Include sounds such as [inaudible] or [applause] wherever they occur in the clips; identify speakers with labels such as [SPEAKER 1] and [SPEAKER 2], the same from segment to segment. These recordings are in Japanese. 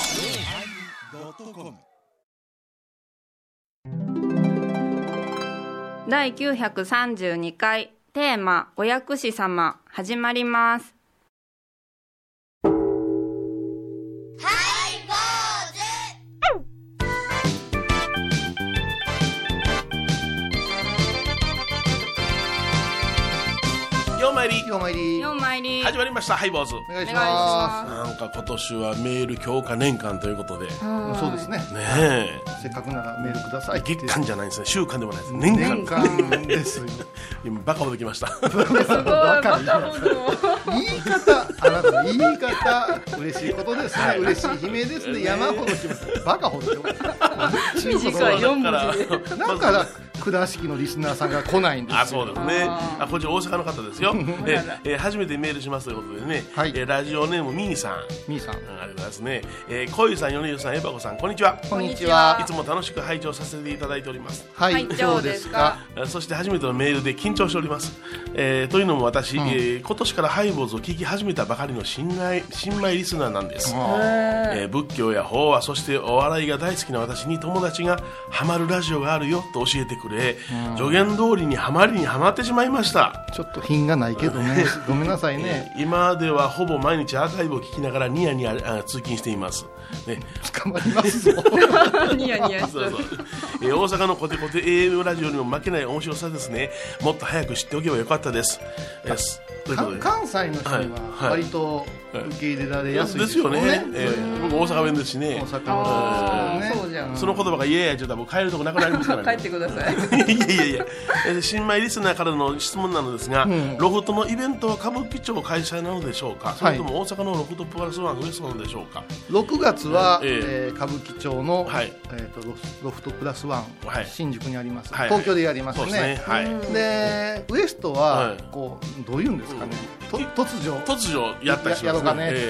[SPEAKER 1] yosmir
[SPEAKER 2] 第932回テーマ「お薬師様」始まります
[SPEAKER 3] ようまいり
[SPEAKER 4] ようまいり
[SPEAKER 2] ようまいり
[SPEAKER 3] 始まりましたハイボーズ
[SPEAKER 4] お願い
[SPEAKER 2] お願い
[SPEAKER 4] し
[SPEAKER 2] し
[SPEAKER 4] ま
[SPEAKER 2] ま
[SPEAKER 3] なんか今年はメール強化年間ということでね
[SPEAKER 2] すは
[SPEAKER 4] す
[SPEAKER 2] い
[SPEAKER 4] そうですね
[SPEAKER 3] え
[SPEAKER 4] せっかくならメールくださいって
[SPEAKER 3] 月間じゃないんですね週間でもないです年間
[SPEAKER 4] 年間ですよ
[SPEAKER 3] 今バカほどきました
[SPEAKER 2] すごいバ
[SPEAKER 4] カ
[SPEAKER 2] カほど
[SPEAKER 4] 言い方あなたの言い方嬉しいことですね嬉しい悲鳴ですね山ほど来ましたバカほど来
[SPEAKER 3] [laughs]
[SPEAKER 4] ました
[SPEAKER 2] 短い4文字で
[SPEAKER 4] なんか倉敷のリスナーさんが来ないんですよ
[SPEAKER 3] あそうですねあこっち大阪の方ですよええ初めてメールしますということでね、
[SPEAKER 4] はい
[SPEAKER 3] えラジオネームミーさん
[SPEAKER 4] みーさん
[SPEAKER 3] うんありがとうございますね、えー、小ゆさん米ゆさんエバコさんこんにちは
[SPEAKER 4] こんにち
[SPEAKER 3] い
[SPEAKER 4] は
[SPEAKER 3] つも楽しく拝聴させていただいております
[SPEAKER 4] は
[SPEAKER 2] はい
[SPEAKER 4] い
[SPEAKER 2] ど
[SPEAKER 4] ど
[SPEAKER 2] う
[SPEAKER 4] う
[SPEAKER 2] で
[SPEAKER 4] ですす
[SPEAKER 2] か
[SPEAKER 4] か
[SPEAKER 3] あそして初めてのメールで緊張しております、えーというのも私、えー今年からハイボーズを聞き始めたばかりの新米新米リスナーなんです、えー仏教や法話そしてお笑いが大好きな私に友達がハマるラジオがあるよと教えてくれ、助言通りにハマりにハマってしまいました
[SPEAKER 4] ちょっと品がないけどねごめんなさい
[SPEAKER 3] [laughs]
[SPEAKER 4] ね
[SPEAKER 3] 今ではほぼ毎日アーカイブを聞きながらニヤニヤあ通勤しています、ね、
[SPEAKER 4] 捕まりますぞ
[SPEAKER 2] ニヤニヤし
[SPEAKER 3] そ
[SPEAKER 2] て
[SPEAKER 3] うそう、 [laughs] えー大阪のコテコテ AM ラジオにも負けない面白さですねもっと早く知っておけばよかったです、えーすということ
[SPEAKER 4] か
[SPEAKER 3] で
[SPEAKER 4] 関西の人に
[SPEAKER 3] は
[SPEAKER 4] はい割と受け入れられやすい
[SPEAKER 3] ですよね、えー
[SPEAKER 4] 大
[SPEAKER 3] 僕大阪弁ですしね
[SPEAKER 4] 阪
[SPEAKER 2] あ
[SPEAKER 4] の
[SPEAKER 2] あ
[SPEAKER 4] 人
[SPEAKER 2] そう
[SPEAKER 4] ね
[SPEAKER 2] じゃん
[SPEAKER 3] その言葉が「いやいや」ちょっと僕帰るとこなくなりますから
[SPEAKER 2] 帰
[SPEAKER 3] ね
[SPEAKER 2] ってください
[SPEAKER 3] いやいやいや、えー新米リスナーからの質問なのですが、ロフトのイベントは歌舞伎町開催なのでしょうか、それとも大阪のロフトプラスワンがウエストなのでしょうか、
[SPEAKER 4] 6月は、
[SPEAKER 3] ええ
[SPEAKER 4] えー歌舞伎町の、
[SPEAKER 3] はい
[SPEAKER 4] えー、とロフロフトプラスワン、
[SPEAKER 3] はい
[SPEAKER 4] 新宿にあります、
[SPEAKER 3] はい
[SPEAKER 4] 東京でやります
[SPEAKER 3] そう
[SPEAKER 4] ね
[SPEAKER 3] ですね、はい、
[SPEAKER 4] でウエスト
[SPEAKER 3] は
[SPEAKER 4] は、
[SPEAKER 3] い
[SPEAKER 4] こうどういうんですかね、と突如
[SPEAKER 3] 突如やったりし
[SPEAKER 4] や
[SPEAKER 3] ま
[SPEAKER 4] ろ
[SPEAKER 3] す
[SPEAKER 4] うかねってい
[SPEAKER 3] え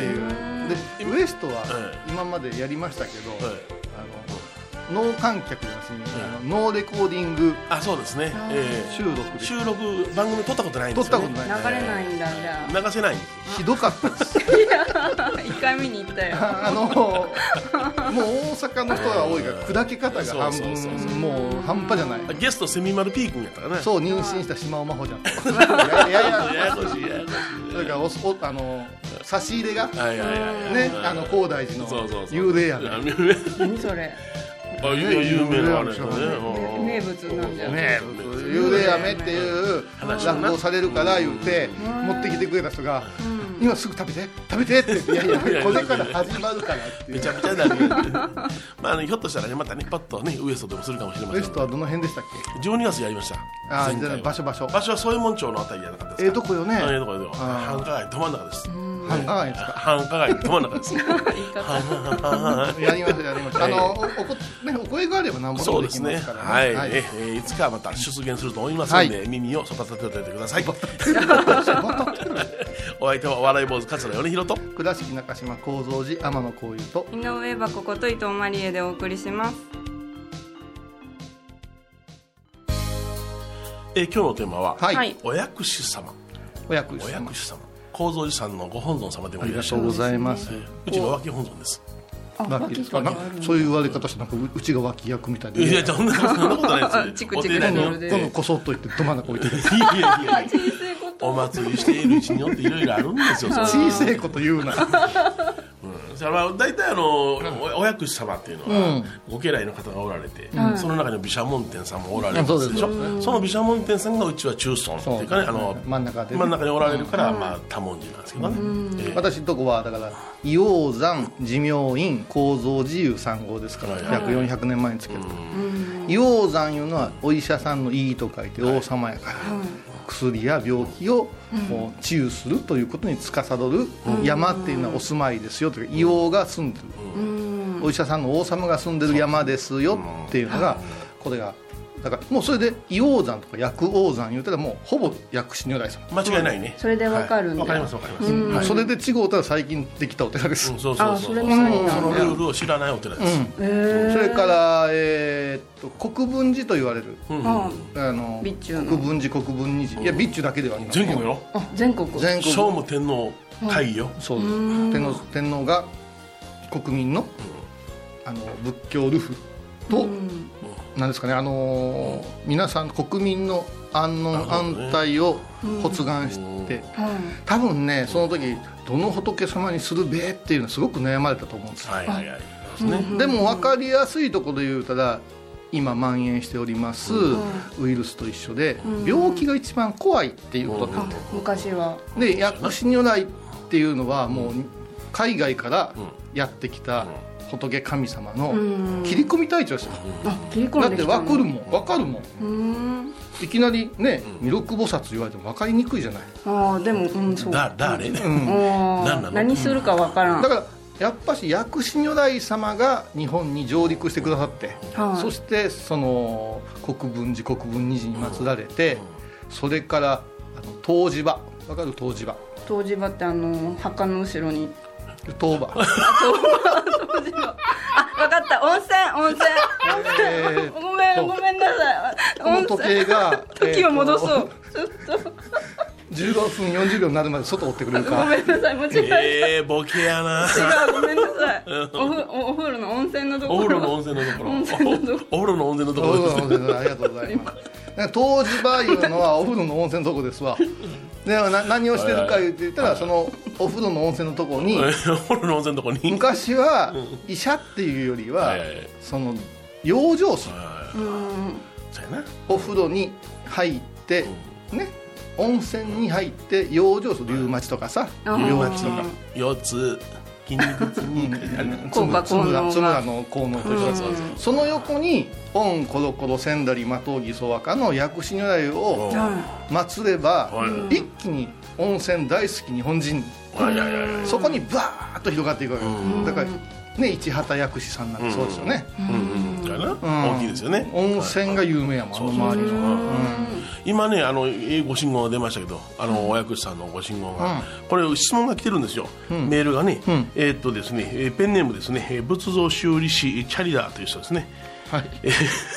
[SPEAKER 4] う
[SPEAKER 3] ー、
[SPEAKER 4] でウエストは
[SPEAKER 3] え
[SPEAKER 4] 今までやりましたけど、
[SPEAKER 3] はい
[SPEAKER 4] あのノー観客じゃなしに、あのノーレコーディング
[SPEAKER 3] あそうですね、えー
[SPEAKER 4] 収録で
[SPEAKER 3] 収録番組撮ったことないん
[SPEAKER 4] 撮
[SPEAKER 3] です
[SPEAKER 4] っ
[SPEAKER 3] よ、
[SPEAKER 4] たこ
[SPEAKER 3] ね、
[SPEAKER 4] とない、
[SPEAKER 2] 流れないんだじゃ
[SPEAKER 3] 流せないんですよ
[SPEAKER 4] ひどかったです
[SPEAKER 2] あ
[SPEAKER 3] [laughs]
[SPEAKER 2] 1回見に行ったよ
[SPEAKER 4] あのもう大阪の人が多いから砕け方が半
[SPEAKER 3] そうそうそう
[SPEAKER 4] 分もう半端じゃない
[SPEAKER 3] あゲストセミマルピー君やったからね
[SPEAKER 4] [laughs] そう妊娠した島尾真帆ちゃん
[SPEAKER 3] [laughs]
[SPEAKER 4] といやいやい
[SPEAKER 3] や
[SPEAKER 4] や
[SPEAKER 3] やこしいややこし
[SPEAKER 4] それからおおあの差し入れが
[SPEAKER 3] いはいはいはいはい
[SPEAKER 4] ねあの高大寺の
[SPEAKER 3] そうそうそう
[SPEAKER 4] 幽霊やね
[SPEAKER 3] あ
[SPEAKER 2] 何それ
[SPEAKER 3] 有名なあれだねうん
[SPEAKER 2] 名物なんじゃ
[SPEAKER 4] ね幽霊飴っていう落語されるから言うて持ってきてくれた人が「今すぐ食べて食べて」って
[SPEAKER 3] [laughs]
[SPEAKER 4] 言って「いやいやこれから始まるから」ってい
[SPEAKER 3] め
[SPEAKER 4] う
[SPEAKER 3] ちゃくちゃだね [laughs] まああのひょっとしたらねまたねパッとねウエストでもするかもしれませ
[SPEAKER 4] ベ
[SPEAKER 3] ん
[SPEAKER 4] ストはどの辺でしたっけ
[SPEAKER 3] 12月やりました
[SPEAKER 4] ああ
[SPEAKER 3] 前
[SPEAKER 4] じ
[SPEAKER 3] 回
[SPEAKER 4] ゃあ
[SPEAKER 3] は
[SPEAKER 4] 場所場所
[SPEAKER 3] 場所は宗右衛門町のあたりじゃなかったですか
[SPEAKER 4] ええとこよね
[SPEAKER 3] ええとこですよ
[SPEAKER 4] ああ
[SPEAKER 3] 繁華街ど真ん中です
[SPEAKER 4] 繁華街ですか
[SPEAKER 3] 繁華街ど真ん中です
[SPEAKER 4] [laughs] やりましょうやりましょうあのおおこねお声があればなんぼで
[SPEAKER 3] そ
[SPEAKER 4] も
[SPEAKER 3] う
[SPEAKER 4] で
[SPEAKER 3] で
[SPEAKER 4] き
[SPEAKER 3] すね
[SPEAKER 4] ますか
[SPEAKER 3] は
[SPEAKER 4] ら
[SPEAKER 3] い
[SPEAKER 4] ねはい
[SPEAKER 3] ええいつかまた出現すると思いますの
[SPEAKER 4] は
[SPEAKER 3] で耳を育てておいてください [laughs] お相手はお笑い坊主桂米広と
[SPEAKER 4] 倉敷中島幸三寺天野幸雄と
[SPEAKER 2] 井上はここと伊藤マリエでお送りします
[SPEAKER 3] えー今日のテーマは、
[SPEAKER 4] はい、
[SPEAKER 2] はい
[SPEAKER 3] お薬師様
[SPEAKER 4] お役
[SPEAKER 3] お
[SPEAKER 4] 所様
[SPEAKER 3] 薬師様構造寺さんのご本尊様でも
[SPEAKER 4] あ
[SPEAKER 3] い
[SPEAKER 4] り
[SPEAKER 3] らっ
[SPEAKER 4] が
[SPEAKER 3] し
[SPEAKER 4] と
[SPEAKER 3] ゃ
[SPEAKER 4] う
[SPEAKER 3] る
[SPEAKER 4] ございます
[SPEAKER 3] うちの脇本尊です
[SPEAKER 4] ラッキーですかなそういう言われ方してなんかううちが脇役みたいで
[SPEAKER 3] いやそんなことそんなことない
[SPEAKER 2] あ
[SPEAKER 3] です
[SPEAKER 2] [laughs] チ
[SPEAKER 3] よ
[SPEAKER 2] ク
[SPEAKER 3] お
[SPEAKER 2] チク
[SPEAKER 3] 寺に
[SPEAKER 2] な
[SPEAKER 3] よ
[SPEAKER 2] る
[SPEAKER 3] っ
[SPEAKER 2] で
[SPEAKER 3] て
[SPEAKER 4] 今度こそっと言ってど真ん中置いてる
[SPEAKER 3] [laughs] いやいやいやお祭りしているうちによっていろいろあるんで
[SPEAKER 2] [laughs]
[SPEAKER 3] すよそれは
[SPEAKER 4] 小さいこと言うな
[SPEAKER 3] それは大体あのおお薬師様っていうのはご家来の方がおられてその中に毘沙門天さんもおられるん
[SPEAKER 4] うんそう
[SPEAKER 3] で
[SPEAKER 4] です
[SPEAKER 3] しょその毘沙門天さんがうちは中尊っていうかね
[SPEAKER 4] そ
[SPEAKER 3] あ
[SPEAKER 4] う
[SPEAKER 3] の
[SPEAKER 4] 真ん中でね
[SPEAKER 3] 真ん中におられるからまあ多文字なんですけどねええ
[SPEAKER 4] 私のとこはだから硫黄山寿命院構造自由3号ですから
[SPEAKER 3] はい
[SPEAKER 4] 約400年前につけた硫黄山いうのはお医者さんの「いい」と書いて王様やから薬や病気をこう治癒するということに司る山っていうのはお住まいですよというか硫黄が住んでるお医者さんの王様が住んでる山ですよっていうのがこれがだからもうそれで硫黄山とか薬王山言うたらもうほぼ薬師如来様
[SPEAKER 3] 間違いないね
[SPEAKER 2] それでわかるんだ
[SPEAKER 3] わかりますわかります
[SPEAKER 4] それで違うたら最近できたお寺です
[SPEAKER 3] うんそうそう
[SPEAKER 2] あ
[SPEAKER 3] そ
[SPEAKER 2] そうれ
[SPEAKER 3] そ
[SPEAKER 2] もないんだ
[SPEAKER 3] のルールを知らないお寺です
[SPEAKER 4] それから、えーっと国分寺と言われる、
[SPEAKER 2] うん
[SPEAKER 4] あの
[SPEAKER 2] 備中の
[SPEAKER 4] 国分寺国分寺寺いや備中だけではありません
[SPEAKER 3] 全国やろ
[SPEAKER 2] あ全国
[SPEAKER 4] 全国
[SPEAKER 3] 聖武天皇太陽
[SPEAKER 4] そうです天皇天皇が国民のあの仏教ルフと、なんですかねあのー皆さん国民の安
[SPEAKER 3] なるほどね
[SPEAKER 4] 穏安泰を発願して、多分ねその時どの仏様にするべっていうのはすごく悩まれたと思うんですよ
[SPEAKER 3] はいはいはいそうですね
[SPEAKER 4] でも分かりやすいところで言うたら今蔓延しておりますウイルスと一緒で病気が一番怖いっていうことなんで
[SPEAKER 1] 昔は
[SPEAKER 4] で薬師如来っていうのはもう海外からやってきた仏神様の切り込み隊長ですよ
[SPEAKER 1] あ切り
[SPEAKER 4] だ
[SPEAKER 1] 込ん
[SPEAKER 4] っ
[SPEAKER 1] で
[SPEAKER 4] て
[SPEAKER 1] きた
[SPEAKER 4] 分
[SPEAKER 1] ん
[SPEAKER 4] かるもん分かるもん
[SPEAKER 1] うん
[SPEAKER 4] いきなりね弥勒菩薩言われても分かりにくいじゃない
[SPEAKER 1] ああでもうんそう
[SPEAKER 3] だ
[SPEAKER 1] あ
[SPEAKER 3] 誰何な
[SPEAKER 1] あ
[SPEAKER 3] の
[SPEAKER 1] 何するかわからん
[SPEAKER 4] だからやっぱし薬師如来様が日本に上陸してくださって、
[SPEAKER 1] はい
[SPEAKER 4] そしてその国分寺国分寺に祀られて、それからあの湯治場わかる湯治場
[SPEAKER 1] 湯治場ってあの墓の後ろに
[SPEAKER 4] 湯
[SPEAKER 1] [laughs]
[SPEAKER 4] 場
[SPEAKER 1] あわかった温泉温泉
[SPEAKER 4] えー
[SPEAKER 1] ごめんごめんなさい
[SPEAKER 4] こ
[SPEAKER 1] 温
[SPEAKER 4] の時
[SPEAKER 1] 泉
[SPEAKER 4] 計が
[SPEAKER 1] [laughs] 時を戻そ
[SPEAKER 4] えー
[SPEAKER 1] うちょっ
[SPEAKER 4] と15分40秒になるまで外追ってくれる
[SPEAKER 1] と
[SPEAKER 4] か
[SPEAKER 1] ごめんなさい間違えた
[SPEAKER 3] ええボケやな
[SPEAKER 1] 違うごめんなさいおふおお風呂の温泉のところ
[SPEAKER 3] お風呂の温泉のところ
[SPEAKER 1] 温泉のとこ
[SPEAKER 3] おお風呂の温泉のとこ
[SPEAKER 4] お
[SPEAKER 3] ろ
[SPEAKER 4] 風呂の温泉ありがとうございますなんか湯治場いうのはお風呂の温泉のとこで
[SPEAKER 1] [laughs]
[SPEAKER 4] すわでな何をしてるか言って言ったらそのお風呂の温泉のとこに
[SPEAKER 3] お [laughs] 風呂の温泉のとこに
[SPEAKER 4] 昔は医者っていうよりは
[SPEAKER 3] はいはいはい
[SPEAKER 4] その養生
[SPEAKER 3] そ
[SPEAKER 4] 師
[SPEAKER 3] うやな
[SPEAKER 4] お風呂に入ってね温泉に入って養生師リウマチとかさ
[SPEAKER 1] あー
[SPEAKER 4] リウマチとか
[SPEAKER 3] 腰痛筋肉
[SPEAKER 4] [laughs]
[SPEAKER 3] 痛
[SPEAKER 1] 効果
[SPEAKER 4] つむ
[SPEAKER 1] 効能
[SPEAKER 4] ら
[SPEAKER 1] が
[SPEAKER 4] つむらの効能と一緒だその横にオンコロコロセンダリマトウギソワカの薬師如来を祀れば
[SPEAKER 3] はい
[SPEAKER 4] 一気に温泉大好き日本人
[SPEAKER 3] はいはいはいはい
[SPEAKER 4] そこにバーッと広がっていくわけですだからね一畑薬師さんなんてそうですよね
[SPEAKER 3] うんうんそうやな大きいですよね
[SPEAKER 4] 温泉が有名やもんあの周りの
[SPEAKER 3] 今ねあのえーご信号が出ましたけどあの、お役師さんのご信号が、これ質問が来てるんですよ、メールがね、えーっとですねえーペンネームですねえー仏像修理師チャリダーという人ですね
[SPEAKER 4] はい
[SPEAKER 3] えー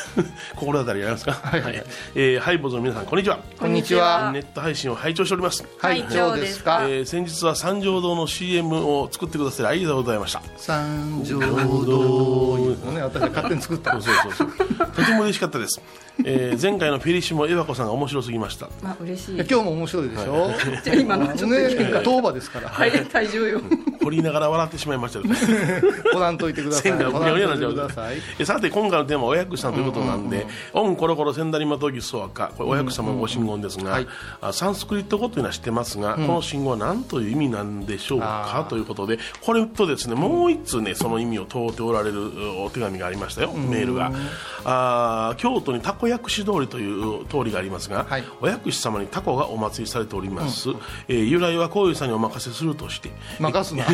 [SPEAKER 3] [laughs] 心当たりありますかはい
[SPEAKER 4] はい
[SPEAKER 3] えーハイボーズの皆さんこんにちは
[SPEAKER 4] こんにちは
[SPEAKER 3] ネット配信を拝聴しております
[SPEAKER 4] はい
[SPEAKER 2] はい
[SPEAKER 4] どうですか
[SPEAKER 3] えー先日は三条堂の CM を作ってくださりありがとうございました
[SPEAKER 4] 三条堂いうのね私が勝手に作った
[SPEAKER 3] そうそうそうそうとても嬉しかったです、えー前回のフェリシモエバコさんが面白すぎました
[SPEAKER 1] まあ嬉しい
[SPEAKER 4] 今日も面白いでしょ
[SPEAKER 1] じゃあ今のちょっと
[SPEAKER 4] ね当場ですから
[SPEAKER 1] 体体重よ
[SPEAKER 3] 掘りながら笑ってしまいましたけど
[SPEAKER 4] ご覧といてください
[SPEAKER 3] 線が
[SPEAKER 4] ご
[SPEAKER 3] ぐ
[SPEAKER 4] 覧
[SPEAKER 3] にゃ
[SPEAKER 4] と
[SPEAKER 3] ぐ
[SPEAKER 4] い
[SPEAKER 3] にゃ
[SPEAKER 4] て
[SPEAKER 3] になっちゃう
[SPEAKER 4] ください
[SPEAKER 3] えさて今回のテーマはお役さんということなんで「オンコロコロセンダリマトギソワカ」これお役様のご信言ですが、
[SPEAKER 4] はい
[SPEAKER 3] あサンスクリット語というのは知ってますが、この信号は何という意味なんでしょうか
[SPEAKER 4] あー
[SPEAKER 3] ということでこれとですねもう一通ねその意味を問うておられるお手紙がありましたよメールがあー京都にタコ薬師通りという通りがありますが、
[SPEAKER 4] はい
[SPEAKER 3] お薬師様にタコがお祭りされております、えー由来はこういうさんにお任せするとして [laughs]
[SPEAKER 4] 任すな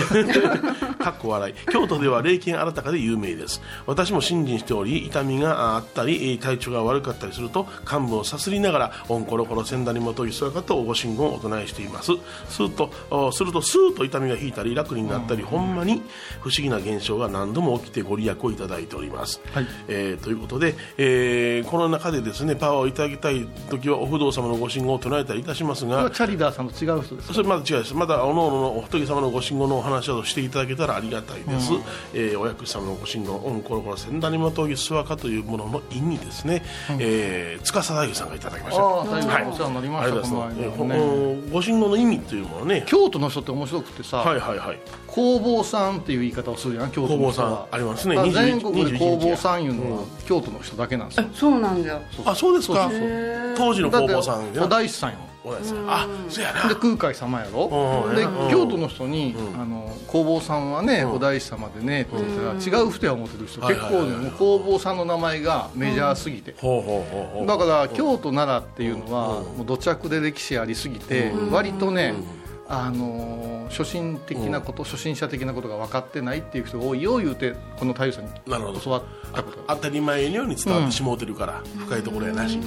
[SPEAKER 3] かっこ笑い京都では霊剣新たかで有名です私も信心しており痛みがあったりえー体調が悪かったりすると患部をさすりながらオンコロコロ千田にもとぎそやかとご神言をお唱えしていますするとおするとスーッと痛みが引いたり楽になったり、ほんまに不思議な現象が何度も起きてご利益をいただいております、
[SPEAKER 4] はい
[SPEAKER 3] えーということで、えーこの中でですねパワーをいただきたい時はお不動様のご神言を唱えたりいたします
[SPEAKER 4] これ
[SPEAKER 3] が
[SPEAKER 4] はチャリダーさんと違う人です
[SPEAKER 3] それまだ違いですまだおのおののお仏様のご神言のお話などしていただけたらありがたいです、えーお薬師様のご神言「オンコロコロ千田にまとぎすわか」というものの意味ですね、えー司大夫さんがいただきました
[SPEAKER 4] ああ最後お世話になりま
[SPEAKER 3] あ
[SPEAKER 4] し
[SPEAKER 3] りが
[SPEAKER 4] た
[SPEAKER 3] と
[SPEAKER 4] こ
[SPEAKER 3] うございま
[SPEAKER 4] の
[SPEAKER 3] す、えー
[SPEAKER 4] 間
[SPEAKER 3] ほ
[SPEAKER 4] もね
[SPEAKER 3] おご神言の意味というものね
[SPEAKER 4] 京都の人って面白くて
[SPEAKER 3] は
[SPEAKER 4] さ
[SPEAKER 3] いはいはい
[SPEAKER 4] 工房さんっていう言い方をするじゃん京都
[SPEAKER 3] 工
[SPEAKER 4] の人
[SPEAKER 3] 房
[SPEAKER 4] は
[SPEAKER 3] さんありますね
[SPEAKER 4] だから
[SPEAKER 3] 21
[SPEAKER 4] 全国で工房さんいうのは京都の人だけなんですよ
[SPEAKER 1] そうなん [laughs] だよ
[SPEAKER 3] あそうですか当時の
[SPEAKER 4] だっ
[SPEAKER 3] 工
[SPEAKER 4] て
[SPEAKER 3] 房さん
[SPEAKER 4] お大師さんよ
[SPEAKER 3] お大師さんあそうやな
[SPEAKER 4] で空海様やろ
[SPEAKER 3] うん
[SPEAKER 4] で
[SPEAKER 3] うん
[SPEAKER 4] 京都の人に「あの工房さんはねお大師様でね」って言ったら違う人や思ってる人
[SPEAKER 3] はい
[SPEAKER 4] 結
[SPEAKER 3] はいはい
[SPEAKER 4] 構ねもう工房さんの名前がメジャーすぎて
[SPEAKER 3] ほうほうほうほう
[SPEAKER 4] だから京都奈良っていうのはもう土着で歴史ありすぎて割とねあのー初心的なこと初心者的なことが分かってないっていう人が多いよ言うてこの太夫さんに
[SPEAKER 3] なるほど
[SPEAKER 4] 教わったことが
[SPEAKER 3] 当たり前のように伝わってしもうてるから、深いところやなしに、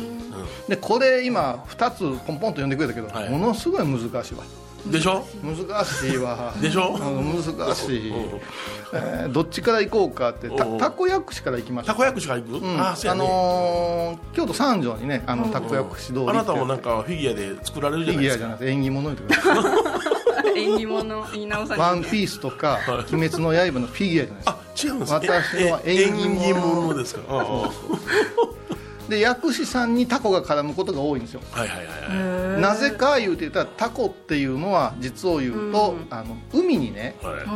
[SPEAKER 4] でこれ今2つポンポンと呼んでくれたけど、
[SPEAKER 3] はい
[SPEAKER 4] ものすごい難しいわ
[SPEAKER 3] うんでしょ
[SPEAKER 4] 難しいわ
[SPEAKER 3] でしょ
[SPEAKER 4] あの難しい
[SPEAKER 3] うん、
[SPEAKER 4] えーどっちから行こうかってた
[SPEAKER 3] うん
[SPEAKER 4] たこ薬師から行きました
[SPEAKER 3] たこ焼くしか行く、
[SPEAKER 4] うん
[SPEAKER 3] あそうやね、
[SPEAKER 4] のー京都三条にねあのたこ薬師通りって
[SPEAKER 3] あなたもなんかフィギュアで作られるじ
[SPEAKER 4] フ
[SPEAKER 3] ゃ
[SPEAKER 4] ィ
[SPEAKER 3] ないで
[SPEAKER 4] ギュア
[SPEAKER 3] す
[SPEAKER 4] じ
[SPEAKER 3] か
[SPEAKER 4] ゃなくて縁起物言うてください
[SPEAKER 1] 縁起物言い直さ
[SPEAKER 4] ワ
[SPEAKER 1] な
[SPEAKER 4] ン
[SPEAKER 1] い
[SPEAKER 4] ピースとか「鬼滅の刃」のフィギュアじゃないですか
[SPEAKER 3] あ違うんです
[SPEAKER 4] 私のは縁起物
[SPEAKER 3] 縁物ですかああ
[SPEAKER 4] で薬師さんにタコが絡むことが多いんですよ
[SPEAKER 3] はいはいはいはい
[SPEAKER 4] なぜか言うてたらタコっていうのは実を言うと、あの海にね
[SPEAKER 3] は
[SPEAKER 1] はい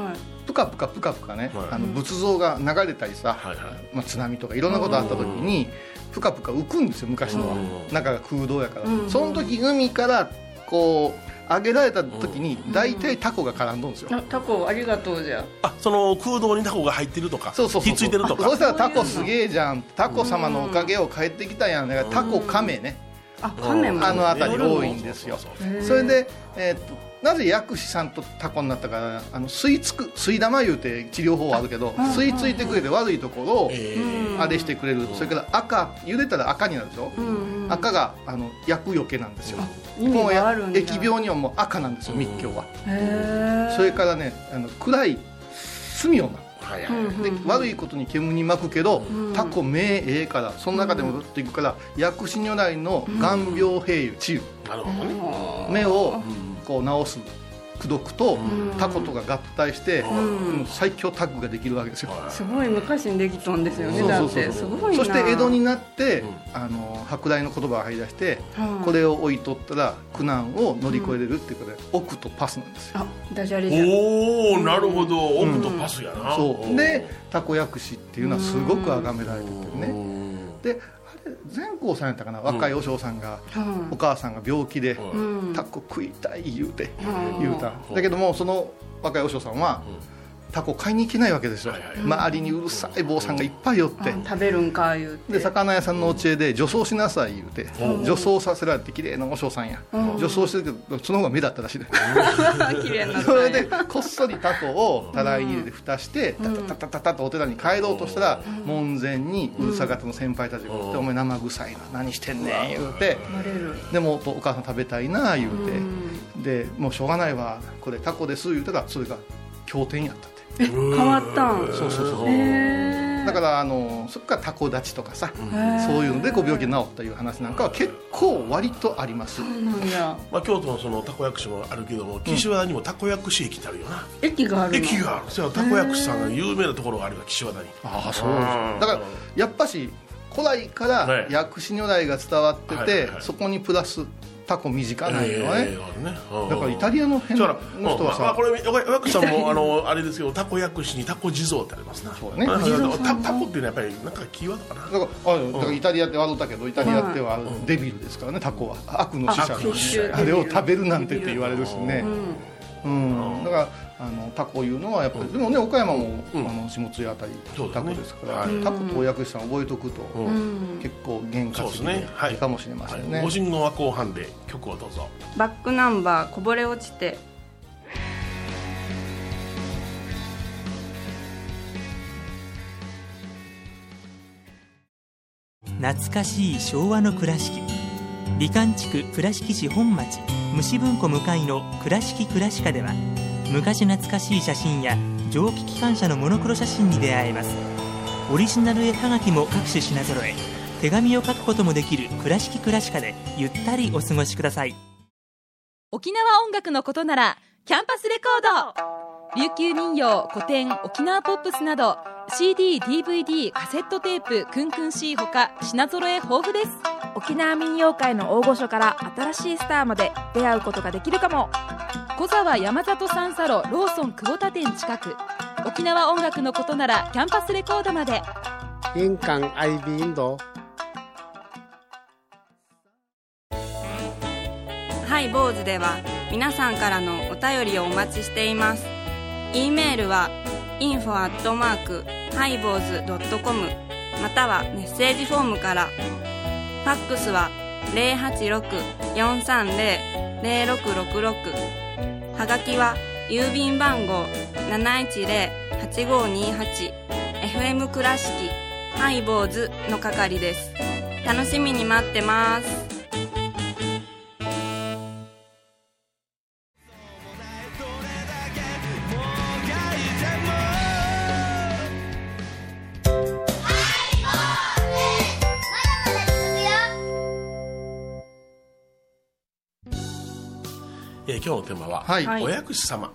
[SPEAKER 4] プカプカプカプカね、
[SPEAKER 3] はい
[SPEAKER 4] あの仏像が流れたりさ、
[SPEAKER 3] いはいはい
[SPEAKER 4] まあ、津波とかいろんなことあった時にプカプカ浮くんですよ昔のは
[SPEAKER 3] うん
[SPEAKER 4] 中が空洞やから、その時海からこう上げられた時に大体タコが絡んどんですよ、
[SPEAKER 1] あタコありがとうじゃ
[SPEAKER 3] あその空洞にタコが入ってるとか
[SPEAKER 4] そうそうそう
[SPEAKER 3] ひっついてると
[SPEAKER 4] そう
[SPEAKER 3] か
[SPEAKER 4] したらタコすげえじゃんタコ様のおかげを帰ってきたやんだからタコカメね、
[SPEAKER 1] あカメも
[SPEAKER 4] あの辺り多いんですよ
[SPEAKER 3] そうそう
[SPEAKER 4] それで、えーっとなぜ薬師さんとタコになったかあの吸いつく吸い玉いうて治療法はあるけど吸いついてくれて悪いところを
[SPEAKER 3] えー
[SPEAKER 4] あれしてくれるそれから赤茹でたら赤になるでしょ赤があの薬よけなんですよ
[SPEAKER 1] 意味があ
[SPEAKER 4] も
[SPEAKER 1] るん
[SPEAKER 4] う
[SPEAKER 1] だ
[SPEAKER 4] や疫病にはもう赤なんですよ密教は
[SPEAKER 1] へ
[SPEAKER 4] それからねあの暗い罪をまく
[SPEAKER 3] はいはいはい
[SPEAKER 4] で悪いことに煙に巻くけど、タコ目ええからその中でもどっていくから、薬師如来の眼病平癒治癒、
[SPEAKER 3] なるほどね
[SPEAKER 4] 目をこう治す功毒とタコとが合体して、うん最強タッグができるわけですよ、
[SPEAKER 1] えすごい昔にできたんですよねだってすごいな
[SPEAKER 4] そして江戸になって、あの舶来の言葉が入り出して、
[SPEAKER 1] うん
[SPEAKER 4] これを置いとったら苦難を乗り越えれるっていうことで、奥とパスなんですよ
[SPEAKER 1] あダジャレじゃん
[SPEAKER 3] おおなるほどオプトパスやな
[SPEAKER 4] そうでタコ薬師っていうのはすごく崇められててね、であれ善光さんやったかな若い和尚さんが、お母さんが病気で、タコ食いたい言うて、言うただけどもその若い和尚さんは、タコ買いに行けないわけですよ、
[SPEAKER 3] はいはい
[SPEAKER 4] 周りにうるさい坊さんがいっぱい寄って、
[SPEAKER 1] 食べるんか言うて
[SPEAKER 4] で魚屋さんのお知恵で女装しなさい言うて、女装させられて綺麗な和尚さんや、女装してるけどその方が目立ったらしいで、
[SPEAKER 1] 綺麗になった
[SPEAKER 4] [laughs] そ
[SPEAKER 1] んや
[SPEAKER 4] れでこっそりタコをたらいに入れて蓋してタタタタタタとお寺に帰ろうとしたら門前にうるさ方の先輩たちが来て「お前生臭いな何してんねん」言うて
[SPEAKER 1] バレる
[SPEAKER 4] でもお母さん食べたいな言うてでもうしょうがないわこれタコです言うたらそれが経典やったって
[SPEAKER 1] 変わったん
[SPEAKER 4] そうそうそうだからあのそっからタコ立ちとかさそういうのでご病気治ったいう話なんかは結構割とあります
[SPEAKER 1] なんや
[SPEAKER 3] まあ、京都のそのたこ焼き師もあるけども岸和田にもたこ焼き師駅ってあるよな、
[SPEAKER 1] 駅があるの
[SPEAKER 3] 駅があるそれはたこ焼き師さんが有名なところがあるよ岸和田に
[SPEAKER 4] ああそうだからやっぱし古来か
[SPEAKER 3] はい
[SPEAKER 4] ら薬師如来が伝わってて、
[SPEAKER 3] はいはいはい
[SPEAKER 4] そこにプラスタコ身近ない
[SPEAKER 3] え
[SPEAKER 4] の
[SPEAKER 3] ー
[SPEAKER 4] ね、
[SPEAKER 3] あるねうん
[SPEAKER 4] だからイタリアの辺
[SPEAKER 3] だ
[SPEAKER 4] の
[SPEAKER 3] から
[SPEAKER 4] 人は
[SPEAKER 3] うんまあ、
[SPEAKER 4] さ
[SPEAKER 3] こ、れ親子さんもあ [laughs] のあれですけどたこ薬師にたこ地蔵ってありますな
[SPEAKER 4] そうだね
[SPEAKER 3] んたたこっていうのはやっぱりなんかキーワードかな
[SPEAKER 4] だからあだからイタリアって笑ったけどイタリアってはデビルですからねタコは悪の使者
[SPEAKER 3] 悪の使
[SPEAKER 1] 者
[SPEAKER 4] あれを食べるなんてって言われるしね、うん、だからあのタコいうのはやっぱり、でもね岡山も、あの下津屋あたり
[SPEAKER 3] そうだ
[SPEAKER 4] タ
[SPEAKER 3] ね
[SPEAKER 4] コですから、
[SPEAKER 3] はい
[SPEAKER 4] タコとお薬師さん覚えておくと、結構原
[SPEAKER 3] そ
[SPEAKER 4] 価
[SPEAKER 3] うです
[SPEAKER 4] 的
[SPEAKER 3] ね
[SPEAKER 4] で
[SPEAKER 3] はい
[SPEAKER 4] いいかもしれませんね、
[SPEAKER 3] はい、ご神言は後半で曲をどうぞ
[SPEAKER 2] バックナンバーこぼれ落ちて
[SPEAKER 5] 懐かしい昭和の倉敷美観地区倉敷市本町虫文庫向かいの「倉敷倉歯科」では昔懐かしい写真や蒸気機関車のモノクロ写真に出会えますオリジナル絵はがきも各種品揃え手紙を書くこともできる「倉敷倉歯科」でゆったりお過ごしください
[SPEAKER 6] 沖縄音楽のことならキャンパスレコード琉球民謡古典沖縄ポップスなど CDDVD カセットテープクンクン C ほか品揃え豊富です
[SPEAKER 7] 沖縄民謡界の大御所から新しいスターまで出会うことができるかも
[SPEAKER 6] 小沢山里三佐路ローソン久保田店近く沖縄音楽のことならキャンパスレコードまで
[SPEAKER 8] 印港 I B 印度。
[SPEAKER 2] ハイボーズでは皆さんからのお便りをお待ちしています。e メールは info アットマークハイボーズドットコムまたはメッセージフォームから。ファックスは086-430-0666はがきは郵便番号710-8528 FM 倉敷ハイボーズの係です。楽しみに待ってます。
[SPEAKER 3] えー今日のテーマは、
[SPEAKER 4] はい
[SPEAKER 1] はい
[SPEAKER 3] お役師様、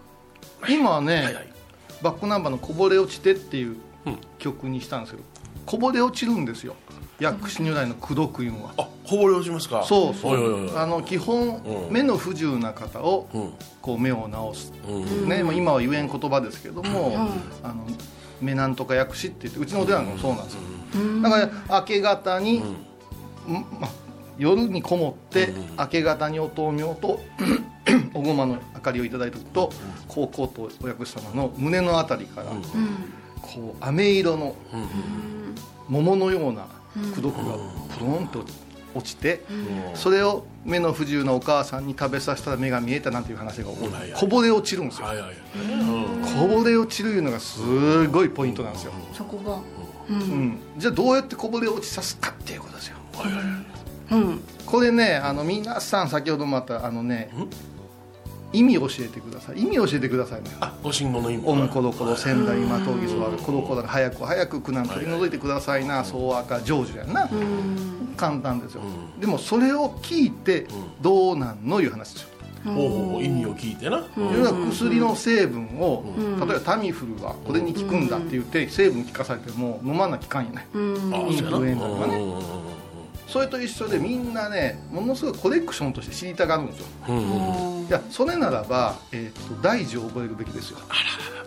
[SPEAKER 4] 今ね、
[SPEAKER 3] はいはい
[SPEAKER 4] バックナンバーの「こぼれ落ちて」っていう
[SPEAKER 3] うん
[SPEAKER 4] 曲にしたんですけど、こぼれ落ちるんですよ薬師如来の功徳院は、
[SPEAKER 3] あこぼれ落ちますか
[SPEAKER 4] そうそ
[SPEAKER 3] おいおいおいう
[SPEAKER 4] あの基本、
[SPEAKER 3] うん
[SPEAKER 4] 目の不自由な方を、
[SPEAKER 3] うん
[SPEAKER 4] こう目を治す、
[SPEAKER 3] うん
[SPEAKER 4] ねまあ、今は言えん言葉ですけども、あの目なんとか薬師って言ってうちのお寺なんかもそうなんですよ、だから明け方に、んまあ夜にこもって、明け方にお灯明 [coughs] とおごまの明かりをいただいておくと高校とお薬師様の胸のあたりから、こう飴色の、桃のような功徳がポロンと落ちて、それを目の不自由なお母さんに食べさせたら目が見えたなんていう話が起こる、
[SPEAKER 3] はいはい
[SPEAKER 4] こぼれ落ちるんですよ、
[SPEAKER 3] はいはい
[SPEAKER 4] こぼれ落ちるいうのがすごいポイントなんですよ、
[SPEAKER 1] そこが
[SPEAKER 4] うんじゃあどうやってこぼれ落ちさすかっていうことですよ
[SPEAKER 2] うん
[SPEAKER 4] これねあの皆さん先ほどもあったあのね意味教えてください意味教えてくださいね
[SPEAKER 3] あご信号の意味
[SPEAKER 4] オムコロコロ仙台今峠座るコロコロ早く早く苦難取り除いてくださいなそう赤成就やんな簡単ですよでもそれを聞いてどうなんのいう話ですよ
[SPEAKER 3] ほうほう意味を聞いてな、うん
[SPEAKER 4] いろんな薬の成分を例えばタミフルはこれに効くんだって言って成分効かされても飲まなきゃ効かんやない
[SPEAKER 3] あ
[SPEAKER 4] インフルエンザとかね
[SPEAKER 3] うんうんうん
[SPEAKER 4] それと一緒でみんなねものすごいコレクションとして知りたがるんですよ
[SPEAKER 3] うんうん
[SPEAKER 4] いやそれならば、えー、と大事を覚えるべきですよ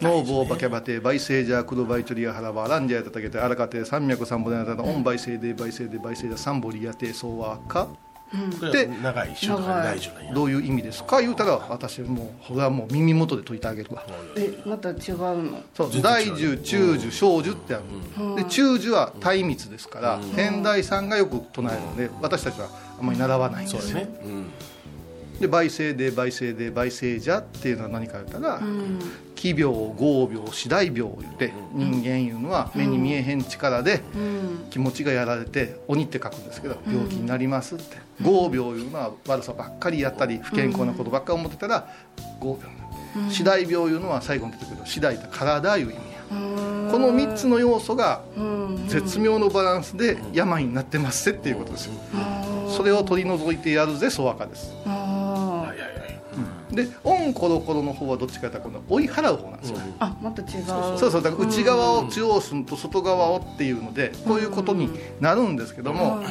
[SPEAKER 4] ノーボーバキャバテバイセージャークドバイチョリアハラバランジャータタゲテアラカテ三脈三ボデナタタオンバイセーデバイセーデバイセージャーサンボリアテソワカ
[SPEAKER 3] これ
[SPEAKER 4] で
[SPEAKER 3] 長い週間大丈夫なんや
[SPEAKER 4] どういう意味ですか言うたら私もうそれはもう耳元で解いてあげるわ
[SPEAKER 1] えまた違うの
[SPEAKER 4] そう大樹中樹小樹ってある、で中樹は大密ですから、天台さんがよく唱えるので私たちはあんまり習わないんです
[SPEAKER 3] そう
[SPEAKER 4] よ
[SPEAKER 3] ですね、うん、
[SPEAKER 4] で倍性で倍性で倍性じゃっていうのは何か言ったら奇病合病死大病を言って人間いうのは目に見えへん力で気持ちがやられて鬼って書くんですけど病気になりますって合病いうのは悪さばっかりやったり不健康なことばっかり思ってたら合病になる死大病いうのは最後に出てくる死大って体いう意味やこの3つの要素が絶妙のバランスで病になってますってっていうことですよそれを取り除いてやるぜそわかです
[SPEAKER 1] あ
[SPEAKER 3] はいはいはい
[SPEAKER 4] でオンコロコロの方はどっちかというと今度は追い払う方なんですよ、
[SPEAKER 1] ーあまた違う
[SPEAKER 4] そうそうだから内側を中央すると外側をっていうのでこういうことになるんですけども、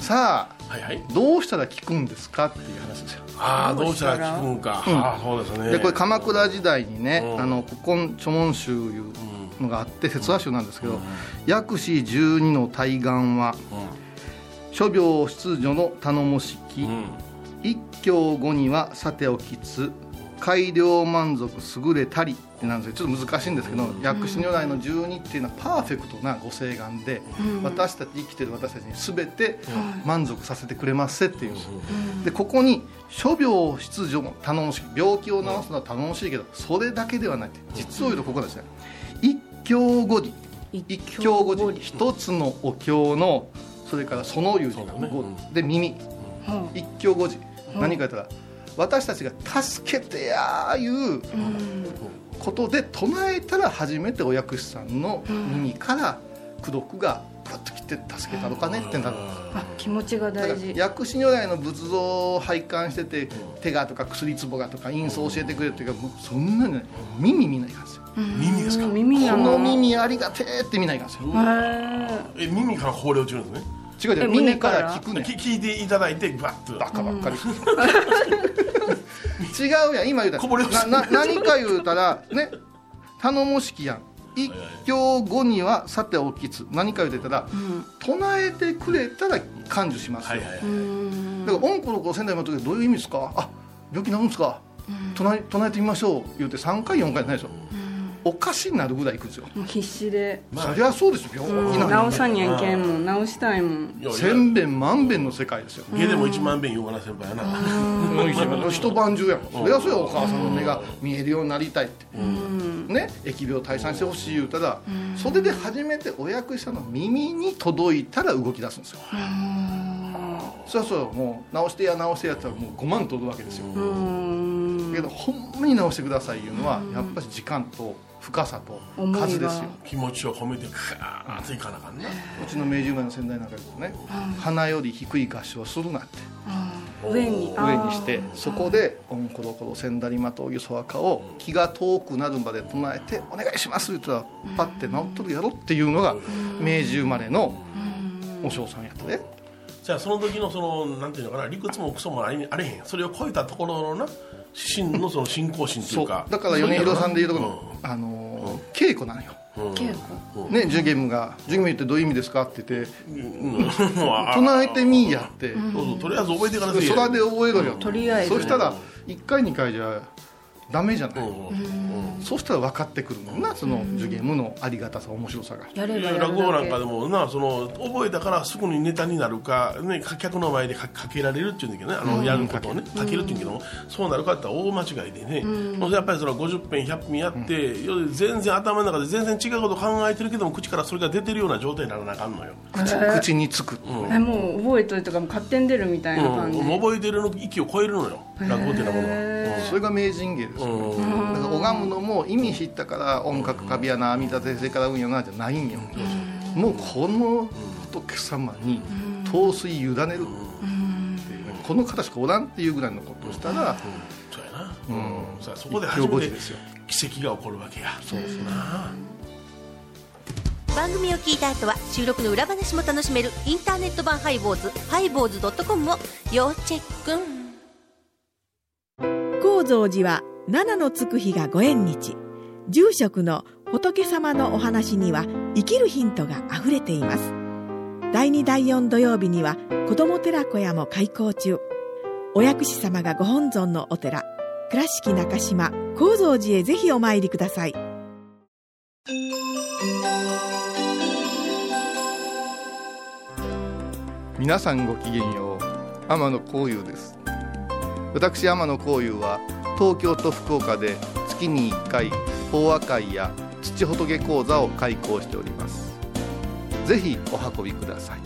[SPEAKER 4] さあ
[SPEAKER 3] はいはい
[SPEAKER 4] どうしたら効くんですかっていう話ですよ
[SPEAKER 3] ああどうしたら聞くんか、
[SPEAKER 4] ん
[SPEAKER 3] ああそうですね
[SPEAKER 4] でこれ鎌倉時代にね、
[SPEAKER 3] うん
[SPEAKER 4] あの古今著文集いうのがあって説話集なんですけど、薬師十二の大願は、諸病出女の頼もしき、
[SPEAKER 3] うん
[SPEAKER 4] 一教後にはさておきつ改良満足優れたりってなんですよちょっと難しいんですけど、薬師如来の十二っていうのはパーフェクトなご請願で、私たち生きてる私たちに全て満足させてくれますせっていうんです、でここに諸病出除も頼もしい病気を治すのは頼もしいけどそれだけではないって実を言うとここなんですね一教後に一教後に一つのお経のそれからそのいう字が
[SPEAKER 3] そうだね
[SPEAKER 4] ごで耳一教五字何か言ったら私たちが「助けてや」いうことで唱えたら初めてお薬師さんの耳から功徳がプッときて「助けたのかね」ってなるんです
[SPEAKER 1] あ気持ちが
[SPEAKER 4] だから
[SPEAKER 1] 大事
[SPEAKER 4] 薬師如来の仏像を拝観してて手がとか薬壺がとか印相教えてくれるっていうかもうそんなのね耳見ないかんですよ
[SPEAKER 3] 耳ですか
[SPEAKER 1] 耳な
[SPEAKER 4] この
[SPEAKER 1] のへ
[SPEAKER 4] 耳ありがてえって見ないかんですよ
[SPEAKER 1] ー
[SPEAKER 3] え耳からこぼれ落ちるんですね
[SPEAKER 4] 違う違
[SPEAKER 1] え
[SPEAKER 4] う
[SPEAKER 1] 胸
[SPEAKER 4] 耳か
[SPEAKER 1] から
[SPEAKER 4] ら聞くねん
[SPEAKER 3] き聞いていただいてバッと
[SPEAKER 4] バカばっかり、違うやん今言うた
[SPEAKER 3] こぼれ落ち
[SPEAKER 4] ら
[SPEAKER 3] た
[SPEAKER 4] なな何か言うたらね頼もしきやん一行後にはさておきつ何か言うてたら、唱えてくれたら感受します
[SPEAKER 3] は
[SPEAKER 4] よ、
[SPEAKER 3] いはいはい
[SPEAKER 4] だから「オンコロコロ仙台の時どういう意味ですかあ病気治るんですか唱え唱えてみましょう」言うて3回4回じゃないでしょ、おかしになるぐらいいくんですよ、
[SPEAKER 1] もう必死で
[SPEAKER 3] まあ
[SPEAKER 4] そりゃそうですよ病気なん
[SPEAKER 1] 直
[SPEAKER 4] て
[SPEAKER 1] さにゃいけんもん直したいもん
[SPEAKER 3] いやいや
[SPEAKER 4] 千遍万遍の世界ですよ
[SPEAKER 3] 家でも1万遍言わな先輩やな
[SPEAKER 4] 一晩中やもんそりゃそうやお母さんの目が見えるようになりたいって、ね疫病退散してほしい言うたら、それで初めてお役者の耳に届いたら動き出すんですよ、そりゃそうやもう直してや直してやって言ったらもう5万届くわけですよ、だけどほんまに直してくださいいうのはやっぱり時間と深さと
[SPEAKER 1] 思いが
[SPEAKER 4] 数ですよ
[SPEAKER 3] 気持ちを込めてカーッといかなあかんね
[SPEAKER 4] うちの明治生まれの先代なんかでもね、鼻より低い合唱するなって
[SPEAKER 1] 上に
[SPEAKER 4] 上にしてそこで「オンコロコロセンダリマトウギソワカ」を気が遠くなるまで唱えて「お願いします」言ったらパッて治っとるやろっていうのが明治生まれのお嬢さんやったね
[SPEAKER 3] じゃあその時のそのなんていうのかな理屈もクソもありあれへんそれを超えたところのな指針のその信仰心とい
[SPEAKER 4] そうう
[SPEAKER 3] か
[SPEAKER 4] だから米広さんでいうとこ
[SPEAKER 3] の
[SPEAKER 4] の、あのー稽古なのよ
[SPEAKER 1] 稽古
[SPEAKER 4] ねジュゲムが「ジュゲムってどういう意味ですか?」って言って「
[SPEAKER 3] 唱
[SPEAKER 4] 唱えてみいや」って
[SPEAKER 3] そうそうとりあえず覚えてから
[SPEAKER 4] で空で
[SPEAKER 3] う
[SPEAKER 4] 覚えろよ
[SPEAKER 1] とりあえず
[SPEAKER 4] そしたら1回2回じゃダメじゃない
[SPEAKER 3] んうん
[SPEAKER 4] そうしたら分かってくるもんなその受験無のありがたさ面白さが
[SPEAKER 1] やればやるだ
[SPEAKER 3] 落
[SPEAKER 1] け
[SPEAKER 3] 語なんかでもなその覚えたからすぐにネタになるか、ね、客の前でかかけられるっていうんだけどねあの、やることをねかけるっていうんだけども、そうなるかって言ったら大間違いでね、もうやっぱりその50編100編やって、要するに全然頭の中で全然違うこと考えてるけども口からそれが出てるような状態にならなあかんのよ、
[SPEAKER 4] 口口につく
[SPEAKER 1] えもう覚えといたからもう勝手に出るみたいな感じ、
[SPEAKER 3] うん、覚えてるの域を超えるのよ落語っていうようなものは。
[SPEAKER 4] それが名人芸です
[SPEAKER 3] う
[SPEAKER 4] よ
[SPEAKER 3] んうん
[SPEAKER 4] だから拝むのも意味知ったから音楽カビやな阿弥陀先生から運やなじゃないんよもうこの仏様に陶酔委ねるこの方しかおらんっていうぐらいのことをしたら
[SPEAKER 3] そうやな、うんさあそこで初
[SPEAKER 4] 一挙
[SPEAKER 3] め
[SPEAKER 4] 五
[SPEAKER 3] て
[SPEAKER 4] 時ですよ
[SPEAKER 3] 奇跡が起こるわけやそうですな
[SPEAKER 9] 番組を聞いた後は収録の裏話も楽しめるインターネット版ハイボーズハイボーズ .com を要チェック
[SPEAKER 10] 高蔵寺は七のつく日がご縁日住職の仏様のお話には生きるヒントがあふれています第2第4土曜日には子ども寺小屋も開校中お薬師様がご本尊のお寺倉敷中島・高蔵寺へぜひお参りください
[SPEAKER 4] 皆さんごきげんよう天野幸雄です私天野幸雄は東京と福岡で月に1回法和会や土仏講座を開講しておりますぜひお運びください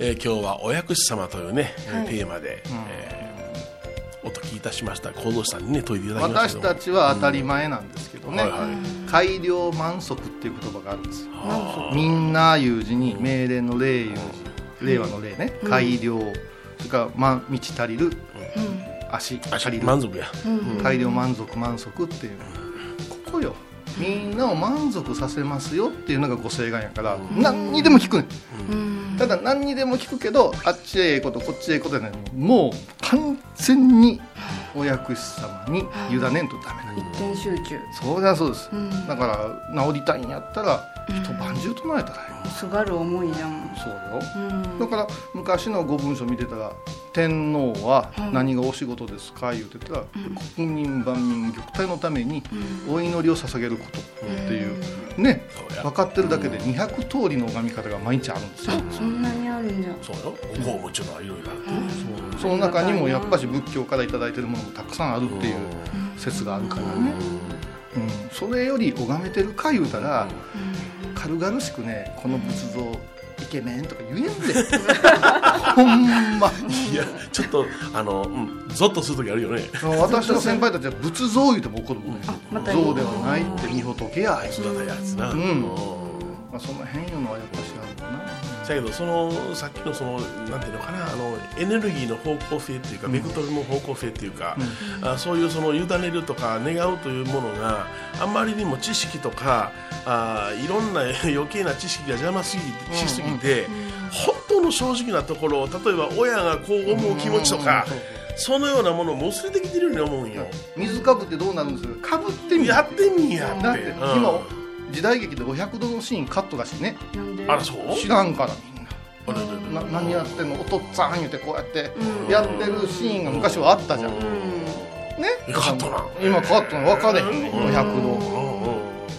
[SPEAKER 3] えー今日は「お薬師様」というね、えー
[SPEAKER 1] はい
[SPEAKER 3] テーマで、えーお解きいたしました幸三さんにね解いていただきましたけ
[SPEAKER 4] 私
[SPEAKER 3] ど
[SPEAKER 4] たちは当たり前なんですけどね、
[SPEAKER 3] はいはい
[SPEAKER 4] 改良満足っていう言葉があるんですよ
[SPEAKER 3] あ
[SPEAKER 4] みんないう字に命令の令いう字令和の令ね改良、それから、ま、満ち足りる、足
[SPEAKER 3] ーあ
[SPEAKER 4] 足りる
[SPEAKER 3] 満足や
[SPEAKER 4] 改良満足満足っていうここよみんなを満足させますよっていうのがご請願やから、何にでも聞くね、ん、ただ何にでも聞くけどあっちへええことこっちへええことやのにもう完全にお薬師様に委ねんとダメなの、
[SPEAKER 1] 一点集中
[SPEAKER 4] そりゃそうです、
[SPEAKER 1] ん
[SPEAKER 4] だから治りたいんやったら一晩中唱えたらいい、
[SPEAKER 1] すがる思いじゃん
[SPEAKER 4] そうよ、
[SPEAKER 1] うん
[SPEAKER 4] だから昔の御文書見てたら「天皇は何がお仕事ですか?」言うてたら「国民万民玉体のためにお祈りを捧げること」っていうね
[SPEAKER 3] そうや
[SPEAKER 4] 分かってるだけで200通りの拝み方が毎日あるんですよ
[SPEAKER 1] そんなにあるんじゃん
[SPEAKER 3] そうよご公務っていうのはいろいろある
[SPEAKER 4] その中にもやっぱし仏教から頂いてるものもたくさんあるっていう説があるからね、うん、それより拝めてるか言うたら軽々しくね「この仏像イケメン」とか言えん [laughs] でほんま。
[SPEAKER 3] いやちょっとあの、うん、ゾッとする時あるよね
[SPEAKER 4] 私の先輩たちは仏像言うても怒るもんね
[SPEAKER 1] また
[SPEAKER 4] 像ではないって見仏やあいつだ
[SPEAKER 3] 育
[SPEAKER 4] ね、
[SPEAKER 3] たやつな、
[SPEAKER 4] うん
[SPEAKER 3] うん
[SPEAKER 4] まあ、その辺いうのはやっぱしあるかな
[SPEAKER 3] だけどそのさっきのそのなんていうのかなあのエネルギーの方向性っていうか、ベクトルの方向性っていうか、あそういうその委ねるとか願うというものがあまりにも知識とかあいろんな [laughs] 余計な知識が邪魔すぎてしすぎて、本当の正直なところを例えば親がこう思う気持ちとか、そのようなものをもう忘れてきてるように思うんよ。
[SPEAKER 4] 水かぶってどうなるんですかかぶってみ
[SPEAKER 3] やってみやって
[SPEAKER 4] だって
[SPEAKER 3] うん
[SPEAKER 4] 今時代劇で500度のシーンカットだしね
[SPEAKER 1] なんで
[SPEAKER 3] あらそう
[SPEAKER 4] 知らんから
[SPEAKER 3] あれれれ
[SPEAKER 4] みんなな何やってんのお父っつぁん言うてこうやってやってるシーンが昔はあったじゃんね
[SPEAKER 3] カットな
[SPEAKER 4] 今カットの分かれへんね
[SPEAKER 3] うん
[SPEAKER 4] 500
[SPEAKER 3] う
[SPEAKER 4] 度
[SPEAKER 3] んうん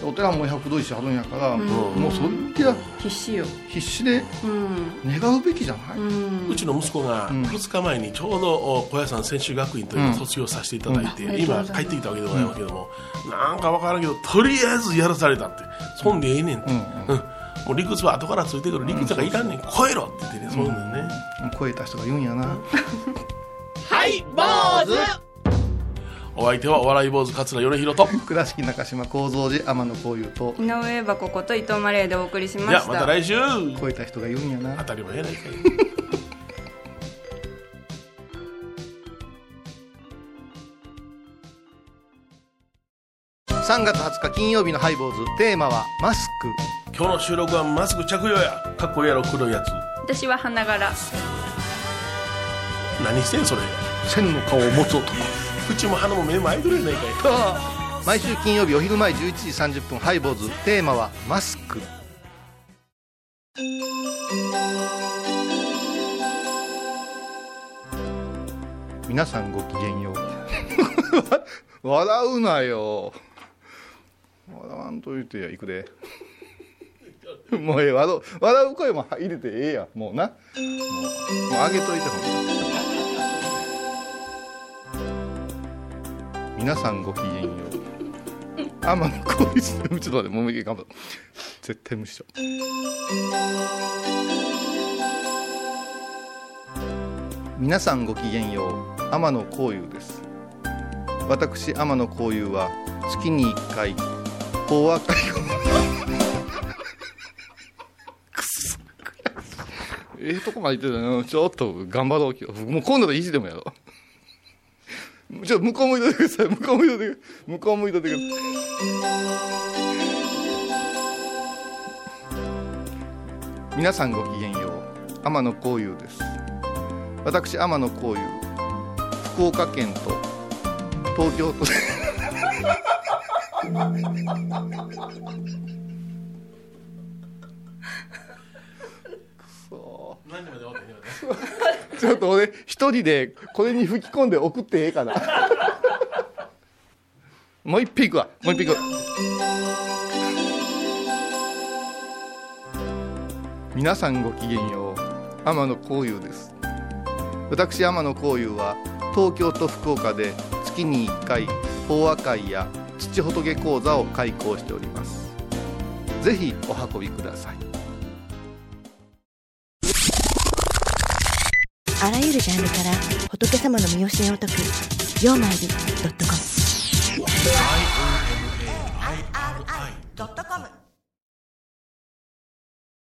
[SPEAKER 4] お寺も100度石あるんやからもうそれってや
[SPEAKER 1] 必死よ
[SPEAKER 4] 必死で
[SPEAKER 1] うん
[SPEAKER 4] 願うべきじゃない、
[SPEAKER 1] うん
[SPEAKER 3] うちの息子が
[SPEAKER 4] ん
[SPEAKER 3] 2日前にちょうどお小屋さん専修学院というのを卒業させていただいて、
[SPEAKER 1] うん
[SPEAKER 3] 今帰ってきたわけでございますけども、なんかわからんけどとりあえずやらされたってそんでええねんって、うんもう理屈は後からついてくる理屈がいらんねん超えろって言ってねそういうんだよね、
[SPEAKER 1] [laughs]
[SPEAKER 4] 超えた人が言うんやな
[SPEAKER 9] ハイボーズ
[SPEAKER 3] お相手はお笑い坊主桂米広と
[SPEAKER 4] 倉敷中島幸三寺天野幸雄と
[SPEAKER 2] 井上箱こと伊藤マレーでお送りしま
[SPEAKER 3] じゃ
[SPEAKER 2] し
[SPEAKER 3] あ
[SPEAKER 2] た
[SPEAKER 3] また来週
[SPEAKER 4] 超えた人が言うんやな
[SPEAKER 3] 当たり前やないか [laughs] い
[SPEAKER 4] 3月20日金曜日のハイボーズテーマはマスク
[SPEAKER 3] 今日の収録はマスク着用やかっこいいやろ黒いやつ
[SPEAKER 2] 私は花柄
[SPEAKER 3] 何してんそれ
[SPEAKER 4] 千の顔を持つ男
[SPEAKER 3] 口も鼻も目もアイドルやないかい
[SPEAKER 4] 毎週金曜日お昼前11時30分ハイボーズテーマはマスク皆さんごきげんよう [laughs] 笑うなよ笑わんと言うてやいくで [laughs] もうええ笑う笑う声も入れてええやもうなもうもう上げといてほんと皆さんごきげんよう天野浩一のちょっと待ってもう一回頑張る絶対無視しよう皆さんごきげんよう天野幸雄です私天野幸雄は月に1回講和会を [laughs] くそ [laughs] ええとこまで言ってたのちょっと頑張ろう今日もう今度は意地でもやろうちょっと向こう向いといてください。向こう向いといてください。向こう向いといてください。皆さんごきげんよう。天野幸雄です。私天野幸雄、福岡県と東京都で
[SPEAKER 3] 何でまでわかんない
[SPEAKER 4] [laughs] ちょっと俺一人でこれに吹き込んで送ってええかな。もう一匹いくわ。もう一匹いくわ。皆さんごきげんよう天野幸雄です私天野幸雄は東京と福岡で月に1回法和会や土仏講座を開講しておりますぜひお運びください
[SPEAKER 11] あらゆるジャンルから仏様の身教えを解く「曜マイル .com」